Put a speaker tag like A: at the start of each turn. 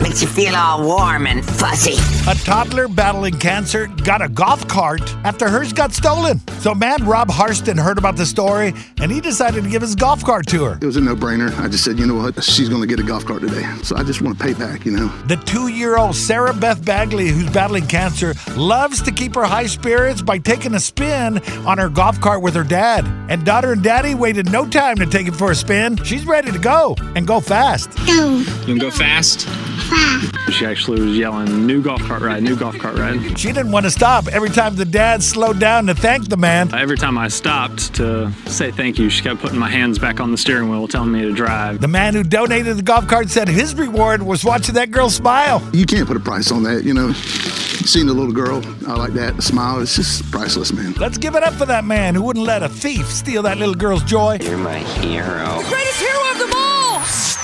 A: Makes you feel all warm and fuzzy.
B: A toddler battling cancer got a golf cart after hers got stolen. So, man, Rob Harston heard about the story and he decided to give his golf cart to her.
C: It was a no-brainer. I just said, you know what? She's going to get a golf cart today. So I just want to pay back, you know.
B: The two year old Sarah Beth Bagley, who's battling cancer, loves to keep her high spirits by taking a spin on her golf cart with her dad. And daughter and daddy waited no time to take it for a spin. She's ready to go and go fast.
D: Go.
E: You can go fast. She actually was yelling, "New golf cart ride! New golf cart ride!"
B: She didn't want to stop every time the dad slowed down to thank the man.
E: Every time I stopped to say thank you, she kept putting my hands back on the steering wheel, telling me to drive.
B: The man who donated the golf cart said his reward was watching that girl smile.
C: You can't put a price on that, you know. Seeing the little girl, I like that smile. It's just priceless, man.
B: Let's give it up for that man who wouldn't let a thief steal that little girl's joy.
A: You're my hero.
F: Greatest hero of them all!